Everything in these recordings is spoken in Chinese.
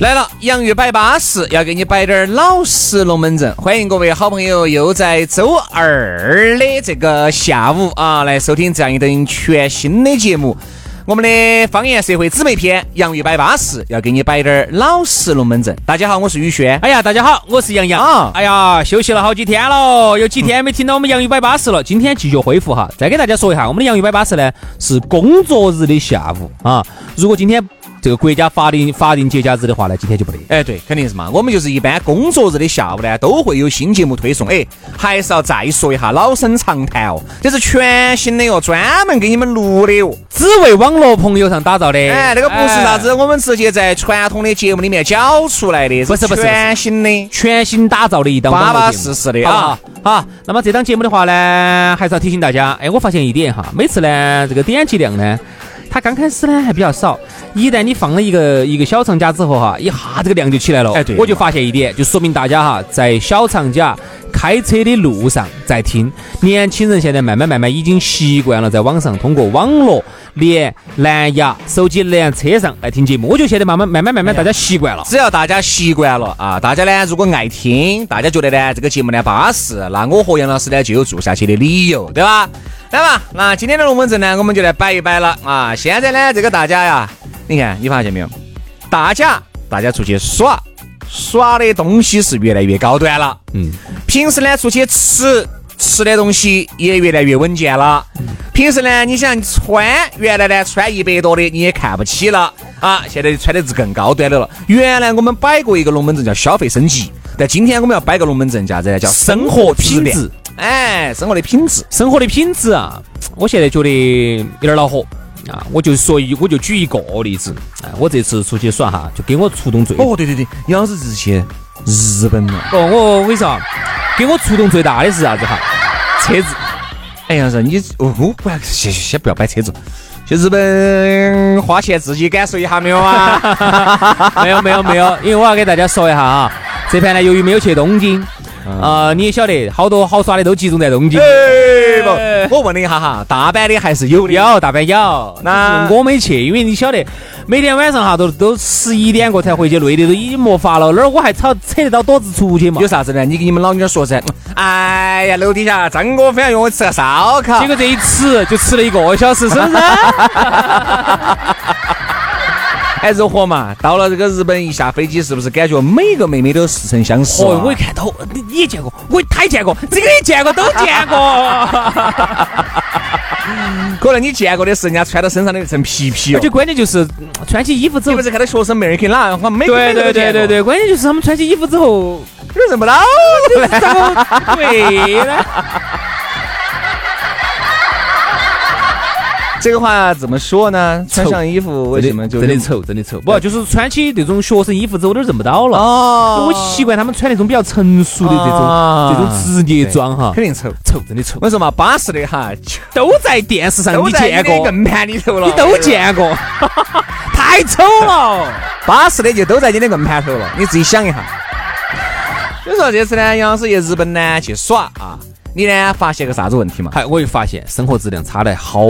来了，洋芋摆巴士，要给你摆点儿老实龙门阵。欢迎各位好朋友又在周二的这个下午啊，来收听这样一档全新的节目。我们的方言社会姊妹篇《洋芋摆巴士》要给你摆点儿老实龙门阵。大家好，我是宇轩。哎呀，大家好，我是杨洋。啊哎呀，休息了好几天了，有几天没听到我们洋芋摆巴士了。今天继续恢复哈，再给大家说一下，我们的洋芋摆巴士呢是工作日的下午啊。如果今天这个国家法定法定节假日的话呢，今天就不得。哎，对，肯定是嘛。我们就是一般工作日的下午呢，都会有新节目推送。哎，还是要再说一下，老生常谈哦，这是全新的哟，专门给你们录的哟。只为网络朋友上打造的。哎，那个不是啥子，我们直接在传统的节目里面搅出来的，不是不是不是全新的。全新打造的一档巴网络巴节目适适的好不啊好。好，那么这档节目的话呢，还是要提醒大家，哎，我发现一点哈，每次呢这个点击量呢。它刚开始呢还比较少，一旦你放了一个一个小长假之后哈，一下这个量就起来了。哎对我就发现一点，就说明大家哈在小长假开车的路上在听。年轻人现在慢慢慢慢已经习惯了在网上通过网络连蓝牙、手机连车上来听节目，我就现在慢慢慢慢哎慢慢大家习惯了。只要大家习惯了啊，大家呢如果爱听，大家觉得呢这个节目呢巴适，那我和杨老师呢就有做下去的理由，对吧？来吧，那今天的龙门阵呢，我们就来摆一摆了啊。现在呢，这个大家呀，你看你发现没有？大家大家出去耍，耍的东西是越来越高端了。嗯，平时呢出去吃吃的东西也越来越稳健了。平时呢，你想穿，原来呢穿一百多的你也看不起了啊，现在穿的是更高端的了。原来我们摆过一个龙门阵叫消费升级，但今天我们要摆个龙门阵叫啥子呢？叫生活质品量质。哎，生活的品质。生活的品质啊，我现在觉得有点恼火啊！我就说一，我就举一个例子啊，我这次出去耍哈，就给我触动最，哦，哦，对对对，杨老师是去日本了。我我跟你说啊，给我触动最大的是啥子哈？车子， 哎，杨老师，你哦，我不要，先先不要摆车子，去日本花钱自己感受一下没有啊？ 没有没有没有，因为我要给大家说一下啊，这盘呢，由于没有去东京，啊、你也晓得，好多好耍的都集中在东京。哎，不，我问你一下哈，大阪的还是有的。有大阪有，那那我没去，因为你晓得，每天晚上哈都都十一点过才回去，累的都已经没法了，哪儿我还吵扯得到躲子出去嘛有？啥子呢？你给你们老妞儿说噻。哎呀，楼底下张哥非要约我吃个烧烤。结果这一吃就吃了一个小时，是不是？哎，热火嘛，到了这个日本一下飞机，是不是感觉每个妹妹都似曾相识、啊哦，我一，看到，你你也见过，我他也见过，这个也见过，都见过。 可能你见过的是人家穿到身上的那层皮皮而哦且。关键就是嗯穿起衣服之你不，后是看到学生妹儿去哪？我每个对妹对都对见对过，对，关键就是他们穿起衣服之后，有认不到。怎么对呢？这个话怎么说呢？穿上衣服为什么就真的认丑，真的丑。不，就是穿起那种学生衣服之后，我都认不到了。哦我习惯他们穿那种比较成熟的这啊种这种职业装哈，肯定丑。丑，真的丑我。跟你说嘛，巴适的哈，就都在电视上都你在见你的过，硬盘里头了，哎你都见过，太丑了。巴适的就都在你的硬盘头了，你自己想一下。所以说这次呢，杨老师去日本呢去耍啊，你呢发现个啥子问题嘛？还哎我又发现生活质量差得好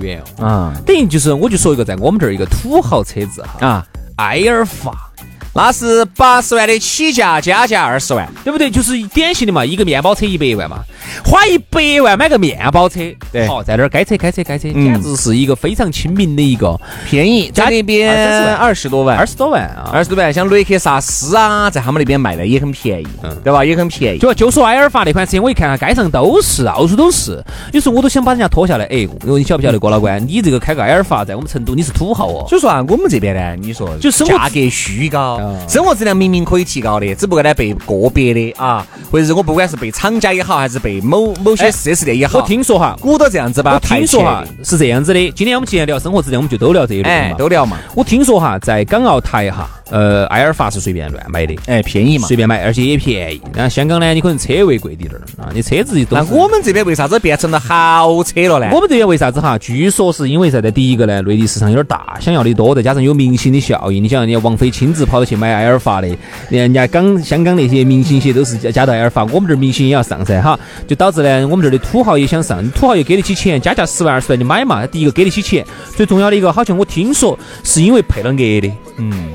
远哦。啊等于就是，我就说一个，在我们这儿一个土豪车子哈，啊，埃尔法，那是八十万的起价，加价二十万。对不对？就是典型的嘛，一个面包车一百万嘛，花一百万买个面包车，对好，在那儿该车该车该车，嗯简直是一个非常亲民的一个便宜，在那边啊二十多万，二十多万啊。二十多万，像雷克萨斯啊，在他们那边卖的也很便宜，嗯对吧？也很便宜。就就说埃尔法那款车，我一看啊，街上都是，到处都是，有时候我都想把人家拖下来。哎，我你晓不晓得郭老官，你这个开个埃尔法，在我们成都你是土豪哦。所以说啊，我们这边呢，你说就生活价格虚高，嗯生活质量明明可以提高的，只不过呢被个别的啊，或者是我不管是被厂家也好，还是被某某些哎 4S 店也好，我听说哈，鼓捣这样子吧，我听说哈排前是这样子的，今天我们既然聊生活质量，我们就都聊这一列类哎嘛，。都聊嘛，我听说哈，在港澳台哈，呃，埃尔法是随便乱买的，哎，便宜嘛。随便买，而且也便宜。然后香港呢，你可能车位贵点点儿啊，你车子都那是我们这边为啥子变成了豪车了呢？我们这边为啥子哈？据说是因为啥子？第一个呢，内地市场有点大，想要的多，再加上有明星的效应。你想，人家王菲亲自跑去买埃尔法的，人家港香港那些明星些都是加加到埃尔法，我们这儿明星也要上噻哈，就导致呢，我们这儿的土豪也想上，土豪又给得起钱，加价十万二十万就买嘛。第一个给得起钱，最重要的一个，好像我听说是因为配了额的，嗯，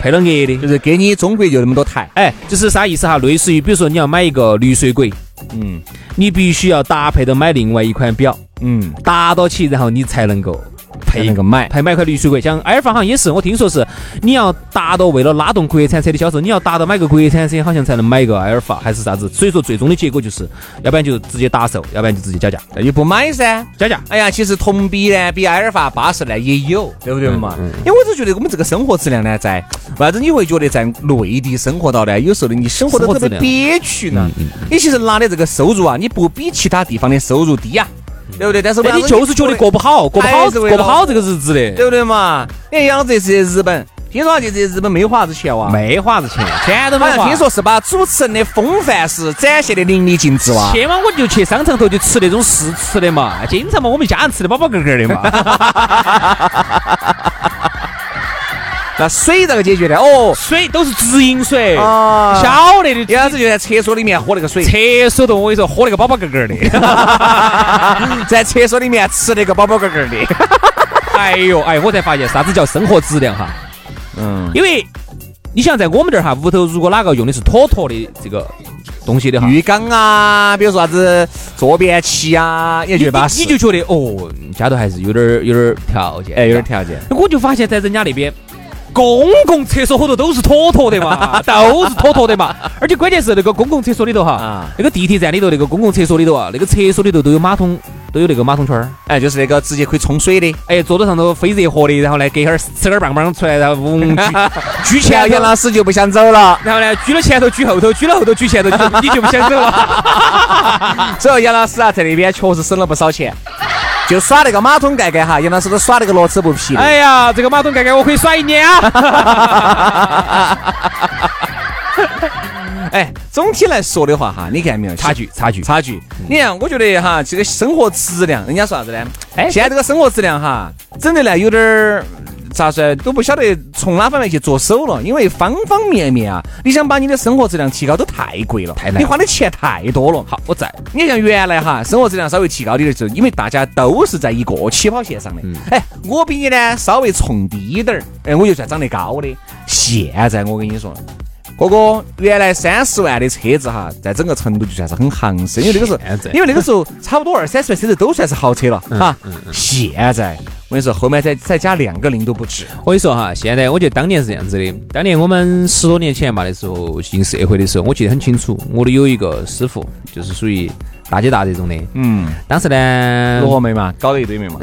配了额的就。是给你中国就那么多台，哎，就是啥意思哈？类似于比如说你要买一个绿水鬼，嗯你必须要搭配着买另外一款表。嗯，达到起，然后你才能够配一个买，配买块绿水鬼。像埃尔法好像也是，我听说是你要达到为了拉动国产车的销售，你要达到买个国产车，好像才能买个埃尔法还是啥子。所以说最终的结果就是，要不然就直接打售，要不然就直接加价，那就不买噻。加价。哎呀，其实同比呢，比埃尔法、巴士呢也有，对不对嘛？嗯因为我就觉得我们这个生活质量呢，在为啥子你会觉得在内地生活到呢？有时候你生活的生活特质别量憋屈呢。嗯你其实拿的这个收入啊，你不比其他地方的收入低呀、对不对？但是为但啥嗯哎你子就是觉得过不好，过不好，还是为了过不好这个日子的，对不对嘛？你看养这些日本，听说啊这些日本没有花啥子钱哇，没花子钱，钱都没啊好像花。听说是把主持人的风范是展现的淋漓尽致啊哇。去嘛，我就去商场头就吃那种试吃的嘛，经常嘛，我们一家人吃的饱饱嗝嗝的 嘛。那水咋个解决的？哦，水都是直饮水，啊晓得的有啥子就在厕所里面喝那个水，厕所头我跟你说，喝那个饱饱嗝嗝 的。在厕所里面吃那个饱饱嗝嗝的。哎呦，哎，我才发现啥子叫生活质量哈，嗯，因为你想在我们这儿哈，屋头如果哪个用的是妥妥的这个东西的哈，浴缸啊，比如说啥子坐便器啊，也你觉得巴你适，就觉得哦，家头还是有点儿有点儿条件，哎有点条件。我就发现，在人家那边，公共厕所后头都是妥妥的 嘛，都是妥妥的嘛。而且关键是那个公共厕所里头哈啊，那个地铁站里头那个公共厕所里头啊，那个厕所里头都有马桶，都有那个马桶圈儿。哎，就是那个直接可以冲水的。哎，桌子上头非热和的，然后呢，隔一会儿吃点儿棒棒出来，然后 嗡举举起来前就杨 老师就不想走了，然后呢，举了前头举后头，举了后头举前头，你就你就不想走了。所以杨老师啊，在那边确实省了不少钱，就耍那个马桶盖盖哈，杨老师都耍那个罗斯不皮的。 哎呀，这个马桶盖盖我可以耍一年啊！哎，总体来说的话哈，你看没有 差距，差距，差距。你看，我觉得哈，这个生活质量，人家说啥子呢？哎现在这个生活质量哈，整的呢有点儿咋说呢，都不晓得从哪方面去着手了，因为方方面面啊，你想把你的生活质量提高都太贵了，太难了你花的钱太多了。好，我在。你像原来哈，生活质量稍微提高点的时候，因为大家都是在一个起跑线上的。嗯哎，我比你呢稍微冲低点儿，哎，我就算长得高的。现在我跟你说，哥哥原来三十万的车子哈，在整个成都就算是很行势，因为那个时候现在，因为那个时候差不多二三十万车子都算是豪车了哈。现在我跟你说，后面再再加两个零都不止。我跟你说哈，现在我觉得当年是这样子的，当年我们十多年前嘛的时候进社会的时候，我记得很清楚，我的有一个师傅就是属于大姐大这种的，嗯，当时呢，罗梅嘛，搞了一堆 眉嘛。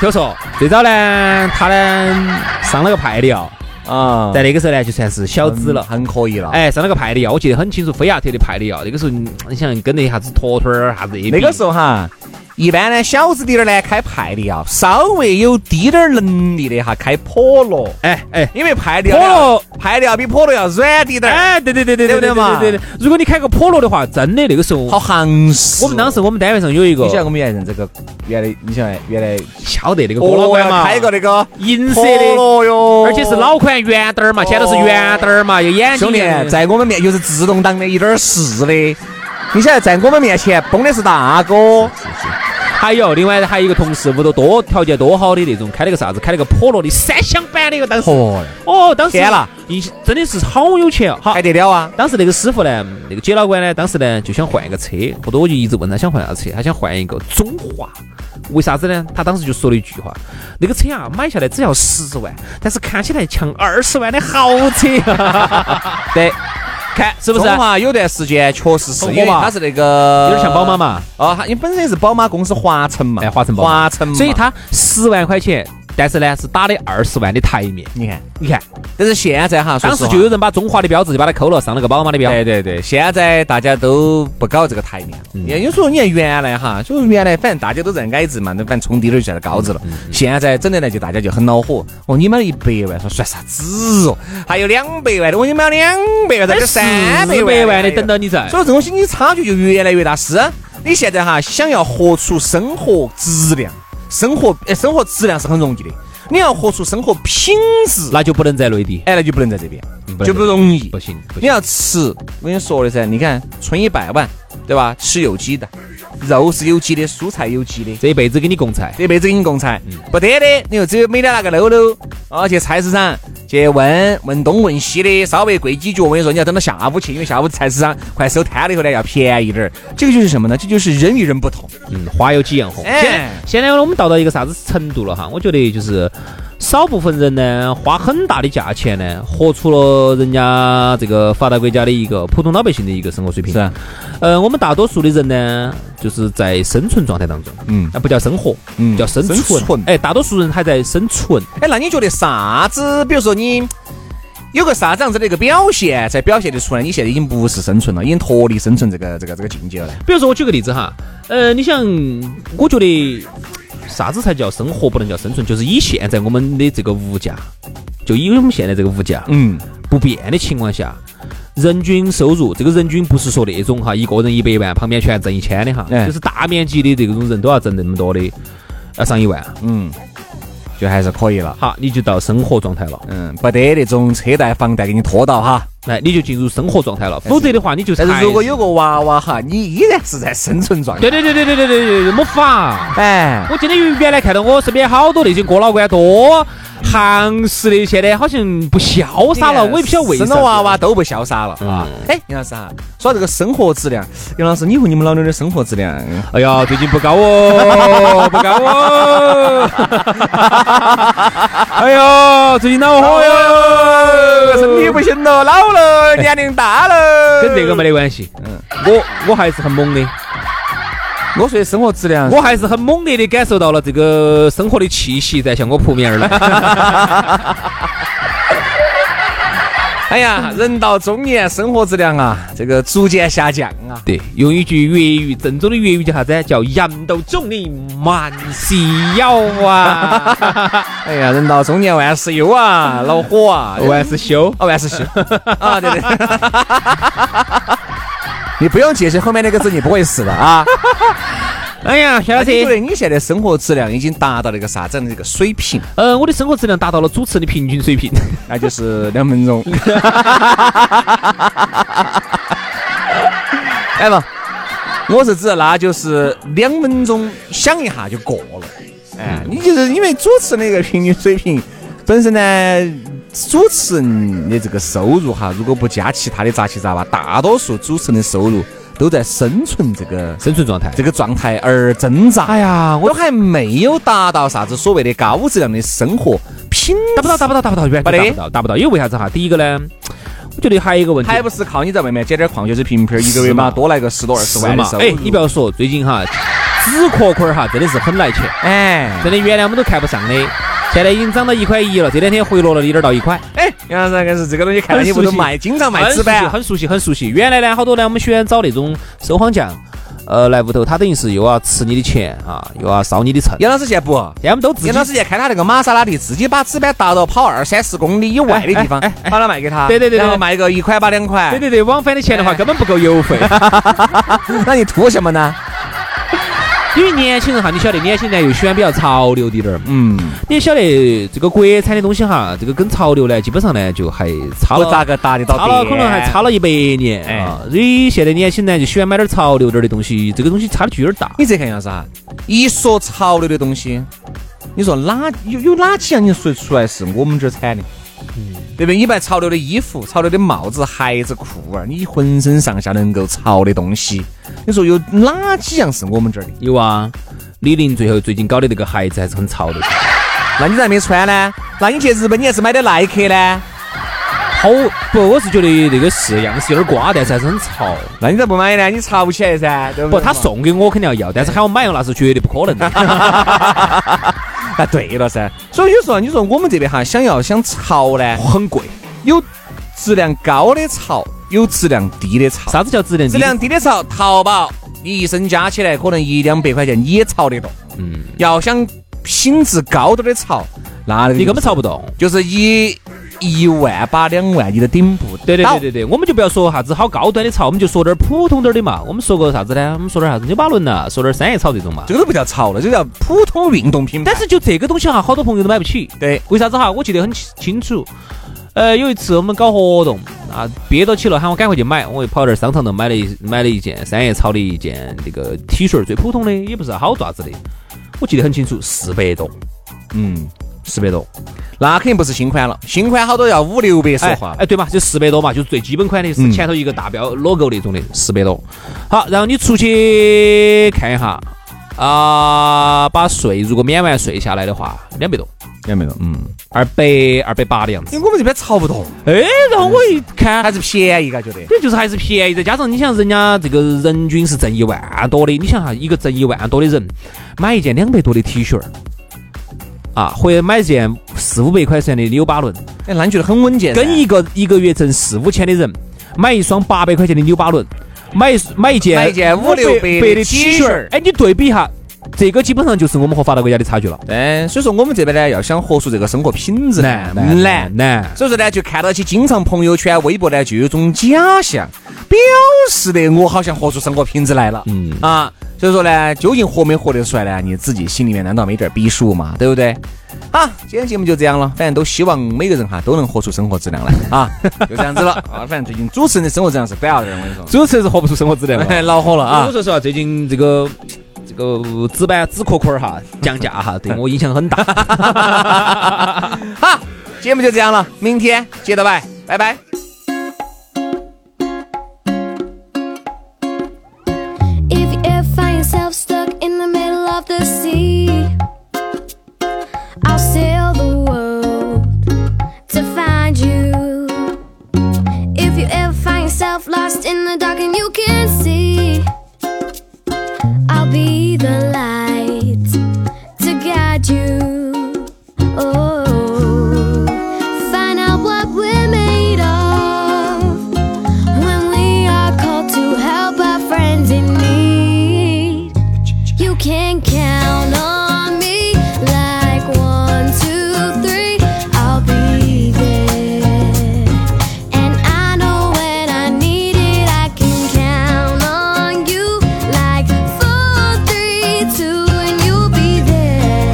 听说最早呢，他呢上了个派的药，啊，在那个时候呢就算是小资了。很可以了。哎，哎，上了个派的药，我记得很清楚，菲亚特的派的药。那个时候，嗯你想跟那啥子坨坨儿啥子那个时候候哈，一般呢小资点儿呢开派的啊，稍微有低点儿能力的哈开普罗，哎哎，因为派的普要罗，派的要比普罗要软滴点儿，哎，对对对对对不对嘛对对，对如果你开个普罗的话，真的那个时候，好行势。我们当时我们单位上有一个你晓得我们原来这个原来，你晓得原来晓得那个我郭老倌要嘛，哦开个那个银色普的，罗哟，而且是老款圆灯儿嘛，现在都是圆灯儿嘛，有眼睛哦兄弟的，在我们面又是自动挡的，一点儿是的。你晓得在我们面前崩的是大哥，还有另外还有一个同事屋头多条件多好的那种，开了个啥子，开了个普罗的三厢版的一个当时，嚯，哦，当时天啦，印象真的是好有钱哦，好还。得了啊？当时那个师傅呢，那个姐老倌呢，当时呢就想换一个车，后头我就一直问他想换啥车，他想换一啊个中华，为啥子呢？他当时就说了一句话，那个车啊买下来只要十万，但是看起来像二十万的豪车， 对，看是是不是？嘛，有段时间确实是，很火因为嘛哦它是那个有点像宝马嘛，哦，它因为本身也是宝马公司华晨嘛，哎哎华晨宝马华晨嘛，所以他十万块钱但是呢是打的二十万的台面。你看，你看，但是现在哈，当说实时就有话人把中华的标志就把它抠了，上了个宝马的标。对对对，现在大家都不搞这个台面了。嗯也就是说，你看原来哈，就是原来反正大家都在矮子嘛，那反正冲低点儿就在那高子嗯了。现在整的来就大家就很恼火，哦，你买一百万说算啥子哦？还有两百万的，我你买两百万，再个三百哎四百万万的等到你在。所以这东西你差距就越来越大。是，啊你现在哈想要活出生活质量，生活哎生活质量是很容易的，你要活出生活品质，那就不能在内地，哎那就不能在这边嗯不能，就不容易不。行不你行。要吃，我跟你说的噻，你看存一百万，对吧？吃有机的，肉是有机的，蔬菜有机的。这一辈子给你供菜，这辈子给你供菜，不得的，你就只有每天拿个篓篓啊去菜市场去问问东问西的，稍微贵几角。我跟你说，你要等到下午去，因为下午菜市场快收摊了以后呢，要便宜点儿。这个就是什么呢？这就是人与人不同。嗯，花有几样红。哎现在现在我们到到一个啥子程度了哈？我觉得就是少部分人呢，花很大的价钱呢，活出了人家这个发达国家的一个普通老百姓的一个生活水平。是啊，呃，我们大多数的人呢，就是在生存状态当中，啊嗯那不叫生活，嗯叫生生存哎，大多数人还在生存。哎，那你觉得啥子？比如说你有个啥子样子的一个表现，才表现得出来？你现在已经不是生存了，已经脱离生存这个这个这个境界了。比如说，我举个例子哈，呃，你想，我觉得啥子才叫生活，不能叫生存，就是以现在我们的这个物价，就以我们现在这个物价嗯，不变的情况下，人均收入，这个人均不是说那种哈，一个人一百万，旁边全挣一千的哈，哎就是大面积的这种人都要挣那么多的，要上一万，嗯，就还是可以了。好，你就到生活状态了，嗯，不得那种车贷、房贷给你拖到哈。哎，你就进入生活状态了，否则的话，你就但还哎是如果有个娃娃哈，你依然是在生存状态。对对对对对对对对，没法。哎，我今天原来看到我身边好多那些哥老倌多行实的，现在好像不潇洒了，我也不晓得为啥。生了娃娃，都不潇洒了嗯啊！哎，杨老师哈，说到这个生活质量，杨老师，你和你们老妞的生活质量，哎呀，最近不高哦， 不高哦。 哎呀，最近恼火哟，身体不行了，老了，年龄大了，跟这个没。得关系。嗯，我我还是很猛的，我说的生活质量，我还是很猛烈的感受到了这个生活的气息在向我扑面而来。哎呀，人到中年，生活质量啊，这个逐渐下降啊。对，用一句粤语正宗的粤语叫啥子？叫“人到中年慢细腰啊”。 哎呀，人到中年万事忧啊，恼火啊，我还是修。哦，万事 休啊，对对。你不用解释后面那个字，你不会死的啊！哎呀，小而且觉得你现在生活质量已经达到了一个啥子样的一个水平？呃，我的生活质量达到了主持人的平均水平。 那就是两分 钟。哎不，我是指那就是两分钟想一下就过了。哎，你就是因为主持人的一个平均水平本身呢，主持人的这个收入哈，如果不加其他的杂七杂八，大多数主持人的收入都在生存这个生存状态。这个状态而挣扎。哎呀，我我还没有达到啥子所谓的高质量的生活品 达不到，达不到，达不到，原来不得达不到，达不到。因为为啥子哈？第一个呢，我觉得还有一个问题，还不是靠你在外面捡点矿泉水瓶瓶儿，一个是月嘛嘛多来个十多二十是万的嘛收？入。哎，你不要说，最近哈，纸壳壳儿哈真的是很来钱，哎真的原来我们都看不上的，现在已经涨到一块一了，这两天回落了一点儿到一块。哎，杨老师那个是这个东西，看来你不很熟都悉卖，经常卖纸板啊。很熟悉，很熟悉。原来呢，好多呢，我们喜欢找那种收荒匠，呃，来屋头，他等于是又要吃你的钱啊，又要烧你的秤。杨老师现在不，现在我们都自己杨老师现在开他那个玛莎拉蒂，自己把纸板搭到跑二三十公里以外的地方哎哎，把它卖给他，对对对对然后卖个一块八两块。对对对，往返的钱的话根本不够邮费，那你图什么呢？因为年轻人哈，你晓得，年轻人又喜欢比较潮流的点儿嘛。嗯，你也晓得这个国产的东西哈，这个跟潮流呢，基本上呢就还差不了咋个搭得到哎差了边可能还差。了一百年啊。所以现在年轻人就喜欢买点潮流点儿的东西，这个东西差的距有点大。你再看杨老师啊，一说潮流的东西，你说哪有有哪几样你说得出来是我们这儿产的？对不对？你卖潮流的衣服、潮流的帽子、鞋子、裤儿，你浑身上下能够潮的东西，你说有哪几样是我们这儿的？有啊，李宁最后最近搞的这个鞋子还是很潮的，那你咋没穿呢？那你去日本你还是买的耐克呢？好不？我是觉得这个是样式有点瓜，但是还是很潮。那你咋不买呢？你潮不起来噻，对不不，对？ 他送给我肯定要要，但是喊我买了那是绝对不可能的。那啊对了噻。所以有时候你说我们这边哈，想要想潮呢，很贵。有质量高的潮，有质量低的潮。啥子叫质量低？质量低的潮，淘宝你一身加起来可能一两百块钱也潮得动。嗯，要想品质高点的潮，那你根本潮不动。就是一一万把两万你都顶不到。对对对对对，我们就不要说啥子好高端的潮，我们就说点儿普通点儿的嘛。我们说个啥子呢？我们说点儿啥子纽巴伦呐，说点儿三叶草这种嘛。这个都不叫潮了，这叫普通运动品牌。但是就这个东西哈，好多朋友都买不起。对，为啥子哈？我记得很清清楚。呃，有一次我们搞活动啊，憋到起了，喊我赶快去买，我就跑到那儿商场头买了一买了一件三叶草的一件那个 T 恤，最普通的，也不是好爪子的，我记得很清楚，四百多，嗯，四百多，那肯定不是新款了，新款好多要五六百，说哎话了。哎，对嘛，就四百多嘛，就是最基本款的，是嗯前头一个大标 logo 那种的，四百多。好，然后你出去看一下啊、把税如果免完税下来的话，两百多，有没有？嗯，二百二百八的样子。因哎为我们这边潮不动，哎，然后我一看，还是便宜，嘎觉得。这就是还是便宜，再加上你想人家这个人均是挣一万多的，你想哈，一个挣一万多的人买一件两百多的 T 恤儿，啊，或者买一件四五百块钱的纽巴伦，哎，那你觉得很稳健噻？跟一个一个月挣四五千的人买一双八百块钱的纽巴伦，买一买一件买一件五六百百的 T 的 T 恤恤儿儿，哎，你对比一下，这个基本上就是我们和发达国家的差距了，嗯，所以说我们这边呢，要想活出这个生活品质呢，难。难。所以说呢，就看到起经常朋友圈、微博呢，就有种假象，表示的我好像活出生活品质来了。嗯啊，所以说呢，究竟活没活得出来呢？你自己心里面难道没点逼数嘛？对不对？好，今天节目就这样了，反正都希望每个人哈都能活出生活质量来啊， 就这样子了啊。反正最近主持人的生活质量是反了的，我跟你主持人是活不出生活质量了。说， 恼火了哎我啊。说实话，最近这个这个纸板纸壳壳儿哈降价哈， 对我影响很大。好，节目就这样了，明天接着拜， 拜拜。 If you ever find yourself stuck in the middle of the sea, I'll sail the world to find you. If you ever find yourself lost in the dark and you can't see, I'll be the light to guide you. Oh, find out what we're made of when we are called to help our friends in need. You can count on me like one, two, three. I'll be there. And I know when I need it, I can count on you like four, three, two, and you'll be there.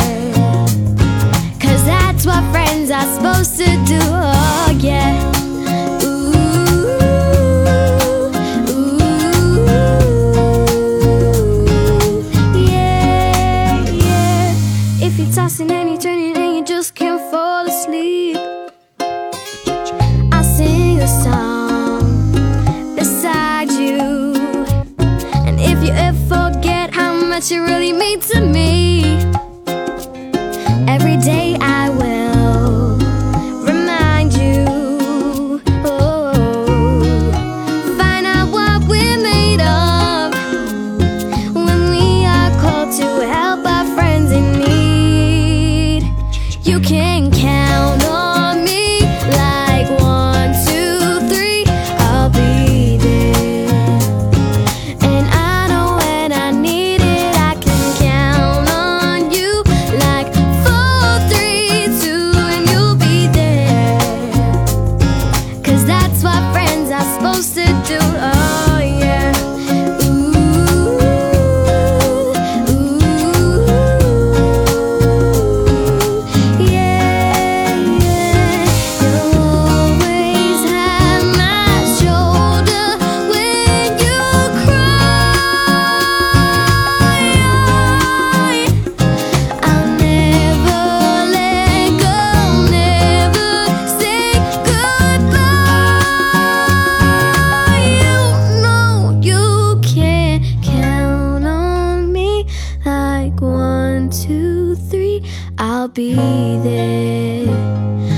Cause that's what friends are supposed to do, oh yeah. Ooh, ooh, yeah, yeah. If you're Tossing and you're turning and you just can't fall asleep. I'll sing a song beside you. And if you ever forget how much you really mean to me, Every day I will remind you. Oh, find out what we're made of when we are called to help our friends in need. You can count on me like one, two, three. I'll be there. And I know when I need it, I can count on you like four, three, two, and you'll be there. 'Cause that's what friends are supposed to do. Oh yeah. Ooh, ooh, yeah, yeah. You'll always have my shoulder when you cry. I'll never let go, never say goodbye. You know you can count on me like one, two, three. I'll be there. Oh,